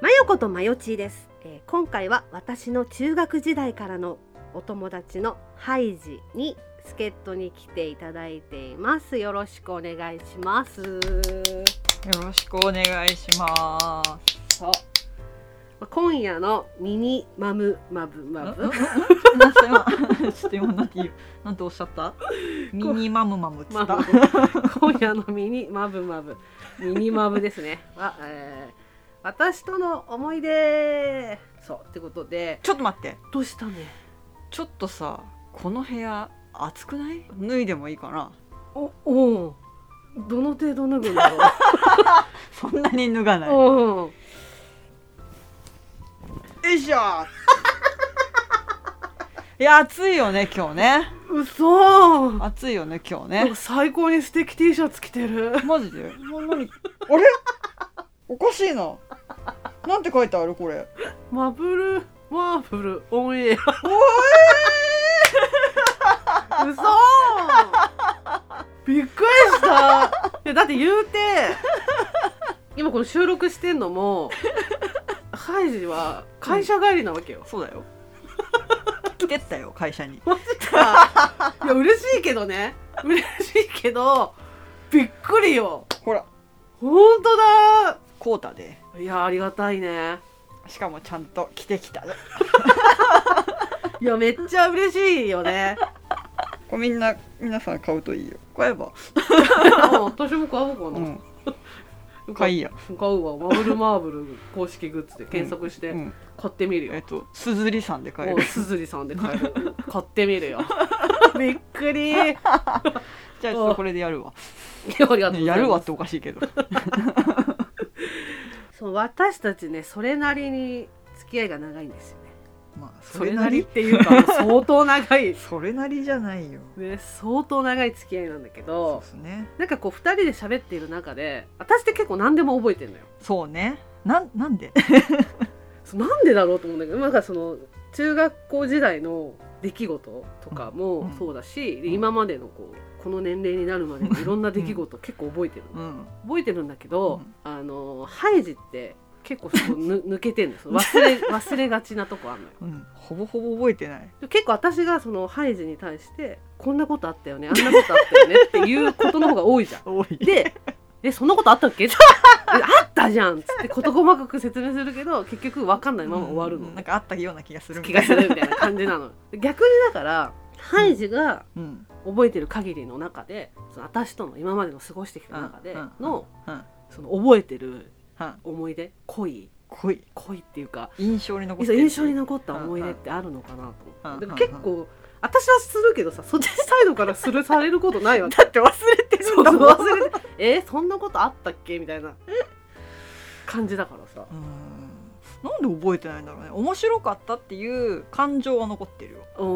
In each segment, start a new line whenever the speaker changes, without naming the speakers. まよことまよちーです、えー今回は私の中学時代からのお友達のハイジに助っ人に来ていただいていますよろしくお願いします
よろしくお願いします。
そうまあ今夜のミニマムマブマブ
なんす今ちょっと今なんて言うなんておっしゃ った？ミニマムマムっつ
マ
っ
ブ
た。
今夜のミニマブマブミニマブですねは、えー私との思い出そうってことで
ちょっと待って。
どうしたね
ちょっとさこの部屋暑くない？脱いでもいいかな。
おおうどの程度脱ぐんだろう
そんなに脱がない。よ
お
いしょ。 いや暑いよね今日ね。
うそー
暑いよね今日
なん
ね
か。最高に素敵 T シャツ着てる
マジで？ななにあれ？おかしいな。なんて書いてあるこれ？
マブルマーブルオンエアうそびっくりしたいやだって言うて今この収録してんのもハイジは会社帰りなわけよ、
そう だよ。来てったよ会社に。
マジかいや嬉しいけどね嬉しいけどびっくりよ
ほら
ほんとだ
コータで。
いやありがたいね
しかもちゃんと着てきた
いやめっちゃ嬉しいよね
これみんな皆さん買うといいよ買えば
うん 私も買おうかな、
うん買いや
買うわマブルマーブル公式グッズで検索して
うん
買ってみるよ、
えっとすずりさんで買え
も
る
うすずりさんで買え る買ってみるよびっくりいや
じゃあちょっとこれでやるわ
ありがとう
やるわっ
わ
ておかしいけど
そう私たちねそれなりに付き合いが長いんですよね
まあ
それなりっていうか もう相当長い
それなりじゃないよ
ね相当長い付き合いなんだけど
ですね
なんかこう2人で喋っている中で私って結構何でも覚えてるのよ
そうねなんなんで
そうなんでだろうと思うんだけどなんかその中学校時代の出来事とかも
うん
そうだし、で
うん
今までのこうこの年齢になるまでのいろんな出来事結構覚えてるの、
うん
覚えてるんだけど、
うん
あのハイジって結構そこ ぬ抜けてんです忘れ忘れがちなとこあんのよ
うんほぼほぼ覚えてない
で結構私がそのハイジに対してこんなことあったよねあんなことあったよねっていうことの方が多いじゃん
多い
で「えそんなことあったっけ?」って えあったじゃん」っつって事細かく説明するけど結局分かんないまま終わるの、
うんなんかあったような気がする
気がするみたいな感じな の逆にだからハイジが
うん
覚えてる限りの中でその私との今までの過ごしてきた中で
うんうん
の
うん
その覚えてる
は
思い出恋
濃い
恋っていうか
印象に残ってる
印象に残った思い出ってあるのかなと思って
うん
で
うん
も結構私はするけどさそっちサイドからするされることないわ け
だって忘れてる
そ
ん
う
だ
そ
も
うん忘れてえそんなことあったっけみたいな感じだからさ
うんなんで覚えてないんだろうね面白かったっていう感情は残ってるよ
おーおー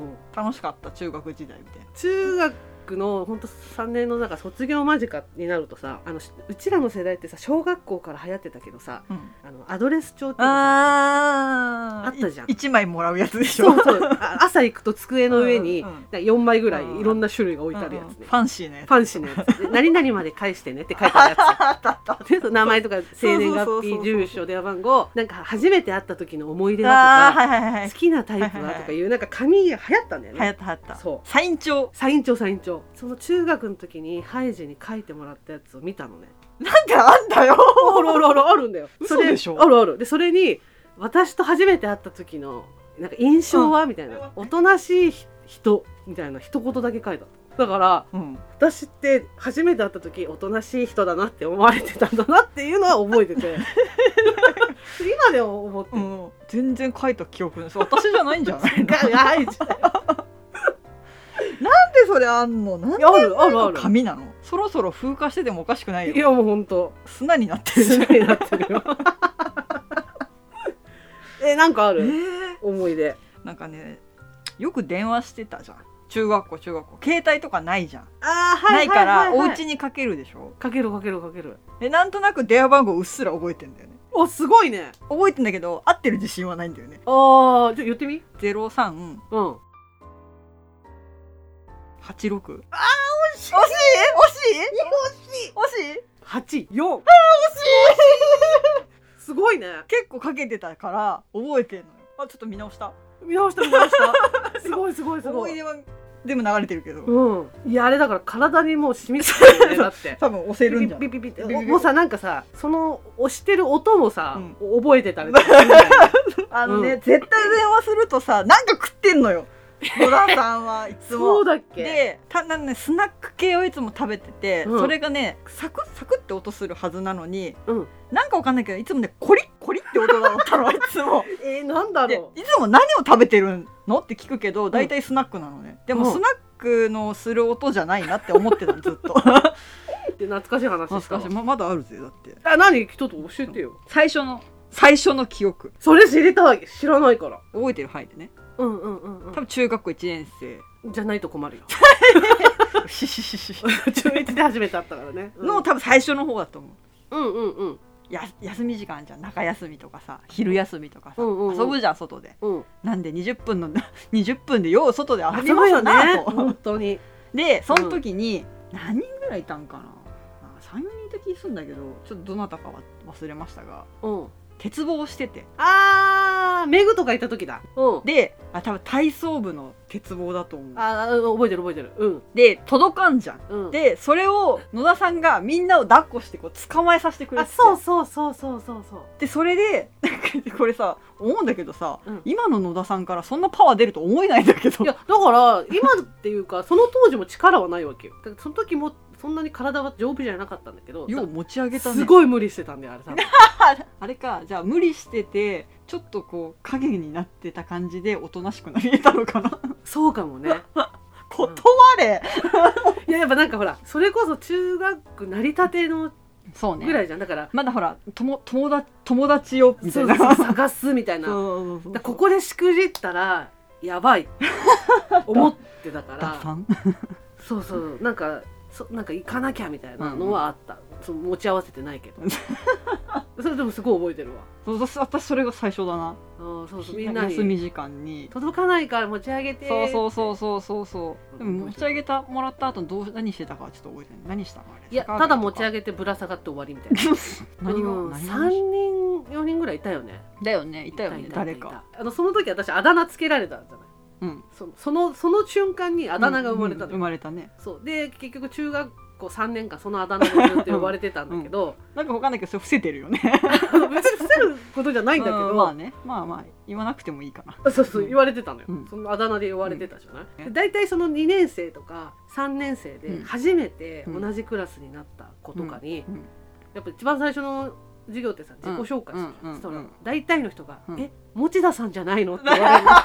おー
楽しかった中学時代みたいな
中学の本当3年の中卒業間近になるとさあのしうちらの世代ってさ小学校から流行ってたけどさ、あのアドレス帳っていうのさ
あ
あったじゃん
1枚もらうやつでしょ
そうそうあ朝行くと机の上に
うんうんうん
4枚ぐら
うんうん
いいろんな種類が置いてあるやつ
うんうん
ね
ファンシーなやつ
ファンシーのやつで何々まで返してねって書いてあるや
あったあった
つでその名前とか生年
そうそう
月
そうそ
日
う
住所電話番号なんか初めて会った時の思い出
あ
だ
あ
とか、
はいはいはい
好きなタイプはとかいうなんか紙が流行ったんだよ
流行
ね
った流行った
そう
サイン帳
サイン帳サイン帳その中学の時にハイジに書いてもらったやつを見たのね
なんであんだよ
あるあるあるあるんだよ
嘘
それ
でしょ
あるあるでそれに私と初めて会った時のなんか印象は、みたいなおとなしいひ人みたいな一言だけ書いただから
うん
私って初めて会った時おとなしい人だなって思われてたんだなっていうのは覚えて て今でも思って
う
る、
ん全然書いた記憶ない私じゃないんじゃない なんで
ががいじゃん
それあんのなん
いやあるあるある
紙なのそろそろ風化しててもおかしくな
い
いよ
やもう本当
砂になってるじゃん
すごいなってるよ えなんかある
え
思い出
ーなんかねよく電話してたじゃん中学校中学校携帯とかないじゃん、
ああ
ないからお家にかけるでしょ
かけるかけるかける
えなんとなく電話番号うっすら覚えてんだよね
おすごいね
覚えてんだけど合ってる自信はないんだよね
ああ、じゃあ言ってみ。
0386
うん。惜
惜しい惜しい惜しい
しい。八四。惜しい。すごいね
結構かけてたから覚えてんのよあちょっと見直した
見直した見直した すごいすごいすご
思い
い
出はでも流れてるけど、
うんいやあれだから体にもう染みついて るよねだって
多分押せるんじゃな
ピ
い
ピピピ
ビビ
お
ビ
もうさなんかさその押してる音もさ、覚えてたり
あのね、
うん
絶対電話するとさなんか食ってんの よ野田さんはいつも
そうだっけ
でただねスナック系をいつも食べてて、
うん
それがねサクッサクッって音するはずなのに、
うん
なんかわかんないけどいつもねコリッコリッって音だ ったのいつも
えー、なんだ
で
ろう
いつも何を食べてるのって聞くけど大体スナックなのね、で
う
も
ん
スナックのする音じゃないなって思ってたのずっ と
って懐かしい話
懐
した
か
わ
しいままだあるぜだって
あ何ちょっと教えてよ
最初の最初の記憶
それ知りたい知らないから
覚えてる範囲でね
うんうんうん、
多分中学校1年 生
じゃないと困るよ
しししし
中1で初めて会ったからね、うん、
の多分最初の方だと思う
うんうんうん
や休み時間じゃん中休みとかさ昼休みとかさ、
うんうんうん
遊ぶじゃん外で
うん
なんで20分の 20分でよう外で遊び
遊
ま
ぶ
し
よ
た
ね
なと、
本当に
でその時に何人ぐらいいたんかな34人いた気するんだけどちょっとどなたかは忘れましたが
うん
鉄棒をしてて
あーメグとか行った時だうん
であ多分体操部の鉄棒だと思う
あー覚えてる覚えてるうん
で届かんじゃん
うん
でそれを野田さんがみんなを抱っこしてこう捕まえさせてくれ
あ
てて
そうそうそうそうそうそう
でそれで なんかこれさ思うんだけどさ、
うん
今の野田さんからそんなパワー出ると思えないんだけど
いやだから今っていうかその当時も力はないわけよだからその時もそんなに体は丈夫じゃなかったんだけど
よう持ち上げたね
すごい無理してたんだよあれ多分
あれかじゃあ無理しててちょっとこう影になってた感じでおとなしくなりえたのか な
そうかもね
断れ、
いややっぱなんかほらそれこそ中学なりたての
そうね
ぐらいじゃんだから
まだほら友友達友達よみた
そ
いう
そ
な
う探すみたいなだか
そうそう
らここでしくじったらやばい思ってたか
ダッサ
ら
ン
そうそうなんかそなんか行かなきゃみたいなのはあった、その持ち合わせてないけ どそれでもすごい覚えてるわ
そう私私それが最初だな
あーそうそうみんな
休
に
み時間に
届かないから持ち上げて
そうそうそううそうそうそうでも持ち上げたもらった後どう何してたかはちょっと覚えてない何したのあれ
やただ持ち上
げ
げてぶら下がって終わりみたいな
何が、
うん、
何が
3人4人ぐらいいたよね
だよねいたよね
いた
誰
いたい
か
たあのその時私あだ名つけられたんじゃない
うん
そのそのその瞬間にあだ名が生まれたの
うん
よ、
生まれたね
そうで結局中学校3年間そのあだ名でずっと呼ばれてたんだけど、
なんかわかんないけどそれ伏せてるよね
あの 別に伏せることじゃないんだけど、
うんまあねまあまあ言わなくてもいいかな
そうそう
うん
言われてたのよ、
うん
そのあだ名で呼ばれてたじゃない、
うん
で大体その2年生とか3年生で
うん
初めて
うん
同じクラスになった子とかに、
うん
やっぱ一番最初の授業ってさ自己紹介する、
うんうんうんうん
そしたら大体の人が「
うん
え持田さんじゃないの?」って言われ るだか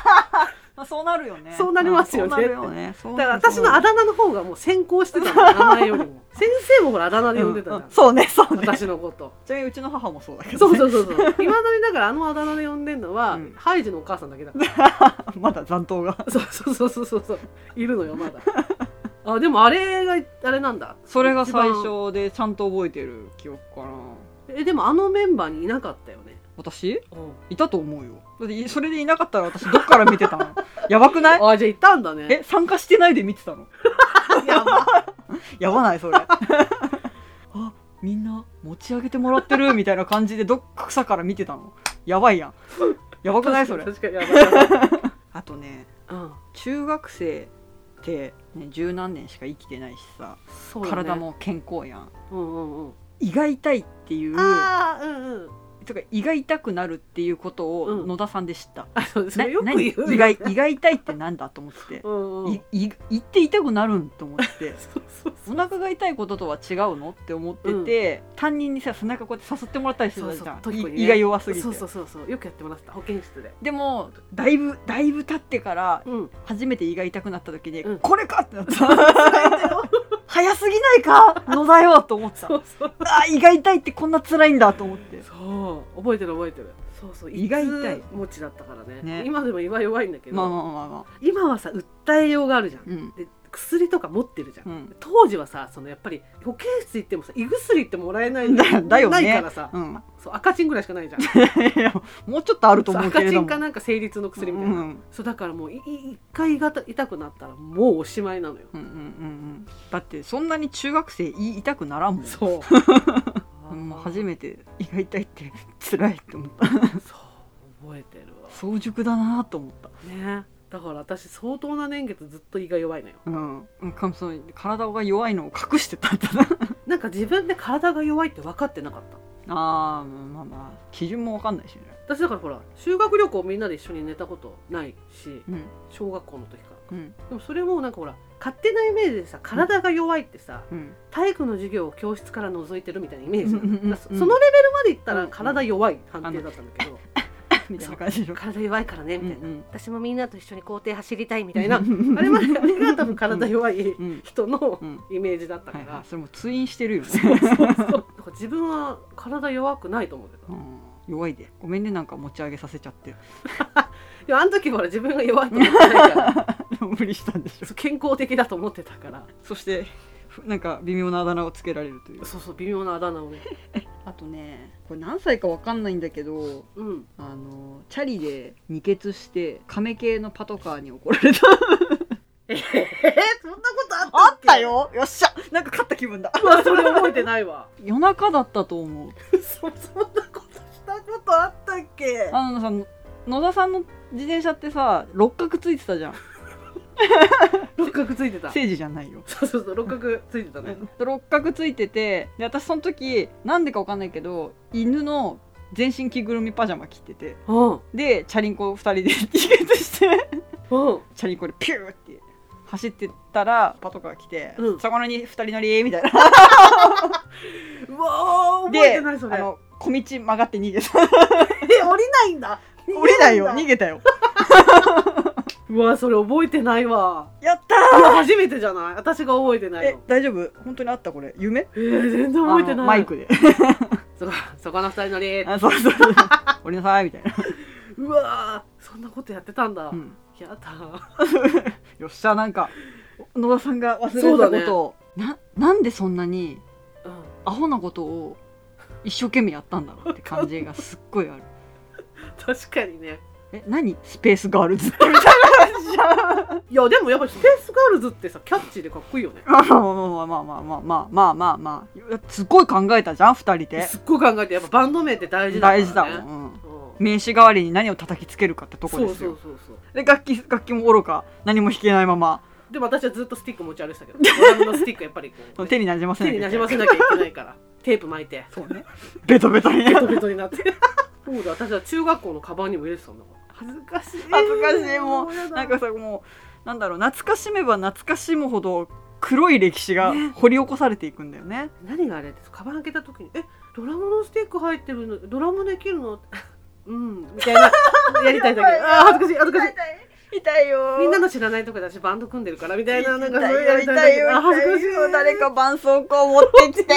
まあそうなるよね
そうなりますよね
そうなるよねそう
ら私のあだ名の方がもう先行してたの名前より も先生もほらあだ名で呼んでたじゃん、
うんうんそうねそうね
私のこと
ちなみにうちの母もそうだけど
そう
ね
そう そうそういまだにだからあのあだ名で呼んでんのは、
うん
ハイジのお母さんだけだから
まだ残党が
そうそうそうそうそうそういるのよ まだあでもあれがあれなんだ
それが最
一番
初でちゃんと覚えてる記憶かな
えでもあのメンバーにいなかったよね、
私いたと思うよだっていそれでいなかったら私どっから見てたの やばくない
あじゃあいたんだね
え参加してないで見てたの
やば
やばないそれ あみんな持ち上げてもらってるみたいな感じでどっか草から見てたのやばいやんやばくないそれ
確かにやばいやばい、
あとね
うん
中学生って、ね、十何年しか生きてないしさ、
そうだね
体も健康やん
うんうんうん
胃が痛いっていう
ああうんうん
とか胃が痛くなるっていうことを
うん
野田さんで知った、
あそうそ
な
れよく言う
何胃が胃が痛いってなんだと思ってて
うんうん
い胃胃って痛くなるんと思って
そうそう
お腹が痛いこととは違うのって思ってて、担任にさ背中こうやってさすってもらったりしてたじゃん
そうそう
い胃が弱すぎて
そうそうそうそうよくやってもらってた保健室で
でもだいぶだいぶ経ってから
うん
初めて胃が痛くなった時に、
うん
これかってなった 早すぎないか野田よと思った
そうそう
あ胃が痛いってこんな辛いんだと思って
そう覚えてる覚えてるそうそう
胃が痛い
つ持ちだったからね
ね
今でも胃は弱いんだけど、
まあまあまあまあ
今はさ訴えようがあるじゃん
うん
で薬とか持ってるじゃん、
うん
当時はさそのやっぱり保健室行ってもさ胃薬ってもらえない
だだよね
ないからさ、
うん、
そう赤チンぐらいしかないじゃん
いやもうちょっとあると
そう
思うけ
赤
れ
チ
ど
ン
も
かなんか成立の薬みたいな、
うん
そうだからもういい一回胃が痛くなったらもうおしまいなのよ、
うんうんうんうんだってそんな に中学生胃痛くならんもん
そう
うん初めて胃が痛いって辛いって思った
覚えてるわ
早熟だなと思った
ねだから私相当な年月ずっと胃が弱いのよ
うんかその体が弱いのを隠してたんだな
なんか自分で体が弱いって分かってなかった
あーまあまあ基準もわかんないしね
私だからほら修学旅行みんなで一緒に寝たことないし
うん
小学校の時から
うん
でもそれもなんかほら勝手なイメージでさ体が弱いってさ、
うん
体育の授業を教室から覗いてるみたいなイメージなの
うんうんうん
だからそそのレベルまでいった
うん
ら
うん
体弱い判定だったんだけど、
みたいな感じでしょ
体弱いからねみたいな、
うんうん
私もみんなと一緒に校庭走りたいみたいな、あ
あ
れまであれが多分体弱い
うん
人の
うん
イメージだったか
はいは
ら
い、それも通院してるよね
そうだから自分は体弱くないと思ってた、
う
い
ん弱いでごめんねなんか持ち上げさせちゃって
やあの時ほら自分が弱いと思ってないから
無理したんでしょ
そう健康的だと思ってたから
そしてふなんか微妙なあだ名をつけられるという
そうそう微妙なあだ名をね
あとねこれ何歳かわかんないんだけど
うん
あのチャリで二血して亀系のパトカーに怒られた
えー、そんなことあった
あ
っ
っ
け
たよよっしゃなんか勝った気分だ
うわそれ覚えてないわ
夜中だったと 思う
そそんなことしたことあったっけ
あのさ野田さんの自転車ってさ六角ついてた じゃん
六角ついてた
政治じゃないよ
そうそうそう六角ついてたね
六角ついててで私その時なんでかわかんないけど犬の全身着ぐるみパジャマ着てて
うんうん
でチャリンコ2人で 二血してチャリンコでピューって走ってったらパトカー来て、
うん
そこのに2人乗りみたいな
うわー覚え
で
てないそれ
あ
え
の小道曲がって逃げた
降りないんだ
降りないよ逃
げ
げたよ
うわそれ覚えてないわ
やっ
い
た
や初めてじゃない私が覚えてな
ー
い
え
の
大丈夫本当にあったこれ夢
えー、全然覚えてな
あの
い
マイクで
そこ そこの二人乗り
あそうそうそう降りなさいみたいな、
うわーそんなことやってたんだ、
うん
やだ
よっしゃなんか野田さんが忘
そうだ
れ
ね
てたことを、ななんでそんなに
うん
アホなことを一生懸命やったんだろうって感じがすっごいある
確かにね
え何スペースガールズってみたいな感じじゃん
いやでもやっぱりスペースガールズってさキャッチーでかっこいいよね
まあまあまあまあまあまあまあまあまあすごい考えたじゃん二人です
っごい考えてやっぱバンド名って大事だから、ね、
大事だもん、うん
うん
名刺代わりに何を叩きつけるかってとこ
そう
です
そ
よ
うそうそう
で楽器楽器も愚か何も弾けないまま
でも私はずっとスティック持ち歩いてたけどドラムのスティックやっぱりこう
そ
ね、
の手になじませな
手
きゃ
に
い
な
け
じ
な
ま
い
せなきゃいけない からテープ巻いて
そうねベトベトにね
ベトベトになってそうだ私は中学校のカバンにも入れてたんだから恥ずかしい
恥ずかしいもう
やだ
なんかさもうなんだろう懐かしめば懐かしむほど黒い歴史が掘り起こされていくんだよね
何があれですカバン開けた時に「えドラムのスティック入ってるのドラムできるの? 」 うんみたい なやりたいだけ
やばい
あー恥ずかしい恥ずかしい
痛い痛いよ
みんなの知らないとこだしバンド組んでるからみたいななんかそういう
痛いよ痛いよ
あ恥ずかしい
痛いよ誰か絆創膏持ってきて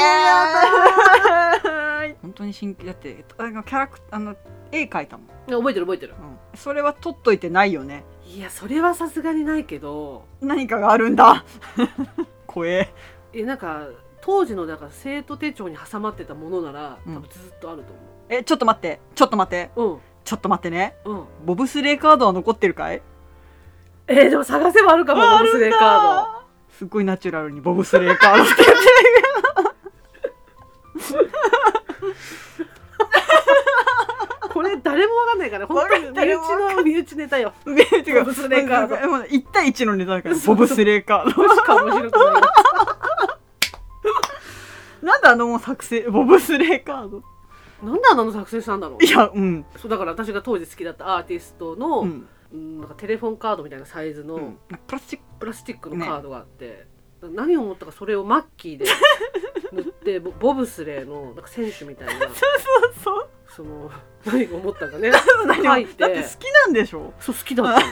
本当に神経だってあのキャラクあの絵描いたもん、
覚えてる覚えてる
うん、それは取っといてないよね
いやそれはさすがにないけど
何かがあるんだ 怖え
えなんか当時のだから生徒手帳に挟まってたものなら
うん
多分ずっとあると
えちょっと待ってちょっと待って
思う
ちょっと待ってね
うんうん
ボブスレーカードは残ってるかい
えーでも探せばあるかもボブスレーカ
すっごいナチュラルにボブスレーカードって言ってる
ードこれ誰もわかんないから本当に
わかんない
身
よ
内の身内ネタよ
けど
ボブスレーカード
もう1対1のネタだから
そう
ボブスレーカ ー
これしか面白く ない
ドなんであのもう作成ボブスレーカード
なんであんなの作成したんだろ
いやうん、
うそうだから私が当時好きだったアーティストの、
う
う
ん
んなんかテレフォンカードみたいなサイズの、
うん、プラスチック
プラスチックのカードがあって、何を思ったかそれをマッキー で塗ってボボブスレーのなんか選手みたいな
そうそう
その何を思ったかね
何
書い
もだってて好きなんでしょ
そう好きだったの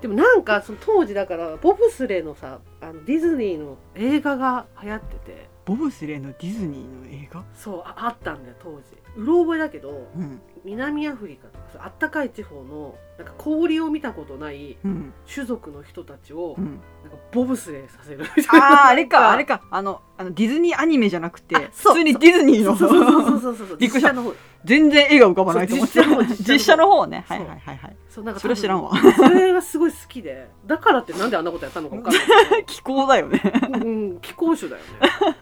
でもなんかその当時だからボブスレーのさあのディズニーの映画が流行ってて
ボブスレーのディズニーの映画
そうああったんだよ当時うろ覚えだけど
うん
南アフリカとかそうあったかい地方のなんか氷を見たことない
うん
種族の人たちを
うん
なんかボブスレーさせるみたいな
あああれか あれかあのあのディズニーアニメじゃなくて
あそう
普通にディズニー
そ
の
うそうそうそうそうそう
びっくりした
実写の方
全然絵が浮かばないと思って
そう実写の方実写の方
実写の方ねはい
そう
はいはいはい
そうなんか
それは知らんわ
多分それがすごい好きでだから ってなんであんなことやったのか分かんない
気候だよね
けど、うん、気候種だよね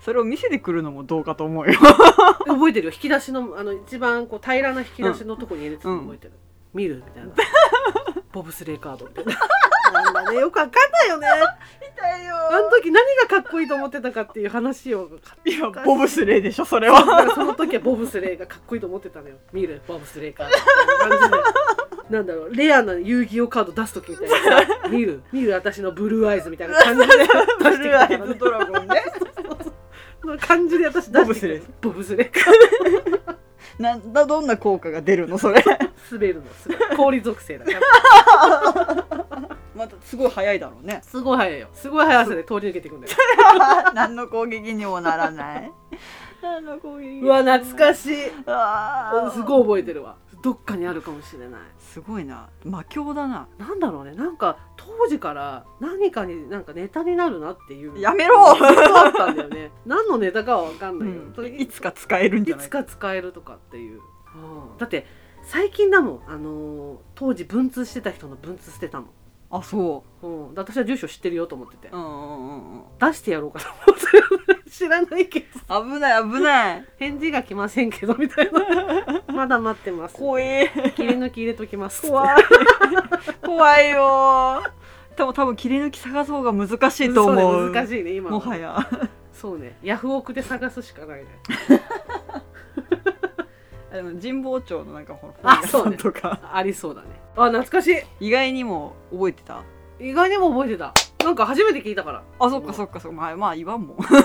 それを見せてくるのもどうかと思うよ
覚えてるよ引き出しのあの一番こう平らな引き出しのとこに入れてたの覚えてる、見るみたいな ボブスレーカードみたいななんだねよくわかんないよね
痛いよ
あの時何がかっこいいと思ってたかっていう話を
いやボブスレーでしょそれ
だ か
は
らその時はボブスレーがかっこいいと思ってたのよ見るボブスレーカードみたいな感じでなんだろうレアな遊戯王カード出す時みたいなさ見る見る私のブルーアイズみたいな感じで出してき
ブ
た
ルーア
か
イ
ら
ズ
ね
ドラゴンね
その感じで私出してきたボブスレー カー
なんだどんな効果が出るのそれ
滑るの滑る氷属性だから
またすごい早いだろうね
すごい速いよすごい速さで通り抜けていくんだよ
何の攻撃にもならない何の攻撃
うわ懐か
しい
しい
あ
すごい覚えてるわどっかにあるかもしれない
すごいな魔境だな
なんだろうねなんか当時から何かになんかネタになるなっていう
やめ
ず
ろ
っとあったんだよ ね何のネタかは分かん
う
ないよ、
ん
とりあえ
いつか使える
ず
んじ
い
ゃない
つか使えるとかっていうだって最近だもん、あのー当時文通してた人の文通捨てたの、
あそ
うん、で私は住所知ってるよと思ってて、
ううんうんうんうん
出してやろうかと思って知らないけど
危ない危ない
返事が来ませんけどみたい なまだ待ってます
怖え
切り抜き入れときます
怖い怖いよでも多分切り抜き探す方が難しいと思
そうね難しいね今
もはや
そうねヤフオクで探すしかないね
あの神保町のなんかほら
あ
本屋さんとか、
ありそうだねあ懐かしい
意外にも覚えてた
意外にも覚えてたなんか初めて聞いたから
あそっかそっかそっかまあまあ言わんも ん
そう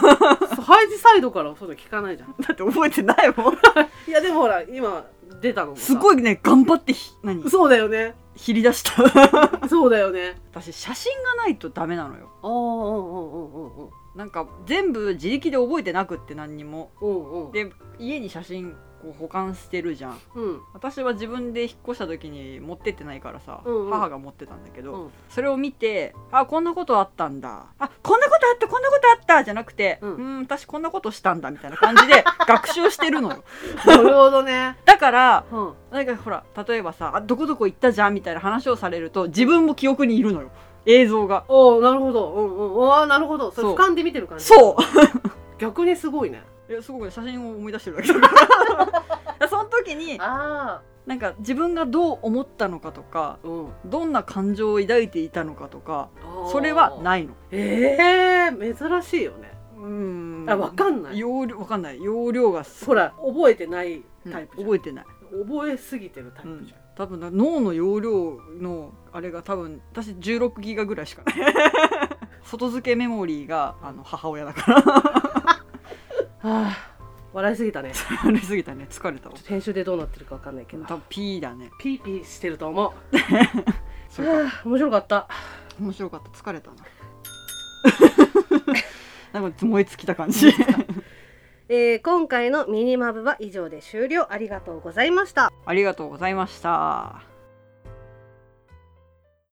ハイジサイドからそういうの聞かないじゃん
だって覚えてないもん
いやでもほら今出たのも
す
い
ごいね頑張ってひ何
そうだよね
切り出した
そうだよね
私写真がないとダメなのよ
ああうん
なんか全部自力で覚えてなくって何にも
うんうんうんうんうん
で家に写真こう保管してるじゃん
うん
私は自分で引っ越した時に持ってってないからさ、
うんうん
母が持ってたんだけど、
うん
それを見てあこんなことあったんだあこんなことあったこんなことあったじゃなくてう
うんん
私こんなことしたんだみたいな感じで 学習してるのよ
なるほどね
だから
うん
なんかほら例えばさあどこどこ行ったじゃんみたいな話をされると自分も記憶にいるのよ映像が
おおなるほどうんうんおあなるほどそれ
そう
俯瞰で見てる感じ
そう
逆にすごいね
いやすごい写真を思い出してるだけだから その時に
あ
なんか自分がどう思ったのかとか
あうん
どんな感情を抱いていたのかとかそれはないの
ええ珍しいよね
うーん
あわかんない
容量わかんない容量がす
ほら覚えてない
うん
タイプじゃん、
覚えてない、
覚えすぎてるタイ
う
プ
ん
じゃん、
多分な脳の容量のあれが多分私16ギガぐらいしかない 外付けメモリーがあの母親だから
はあ笑いすぎたねちょ
あれすぎたね疲れたわ
っと編集でどうなってるかわかんないけ
多
ど
分 P だ ね
ピーピーしてると思う
それか
はあ面白かった
面白かった疲れた ななんか燃え尽きた感じ
えー今回のミニマブは以上で終了ありがとうございました
ありがとうございました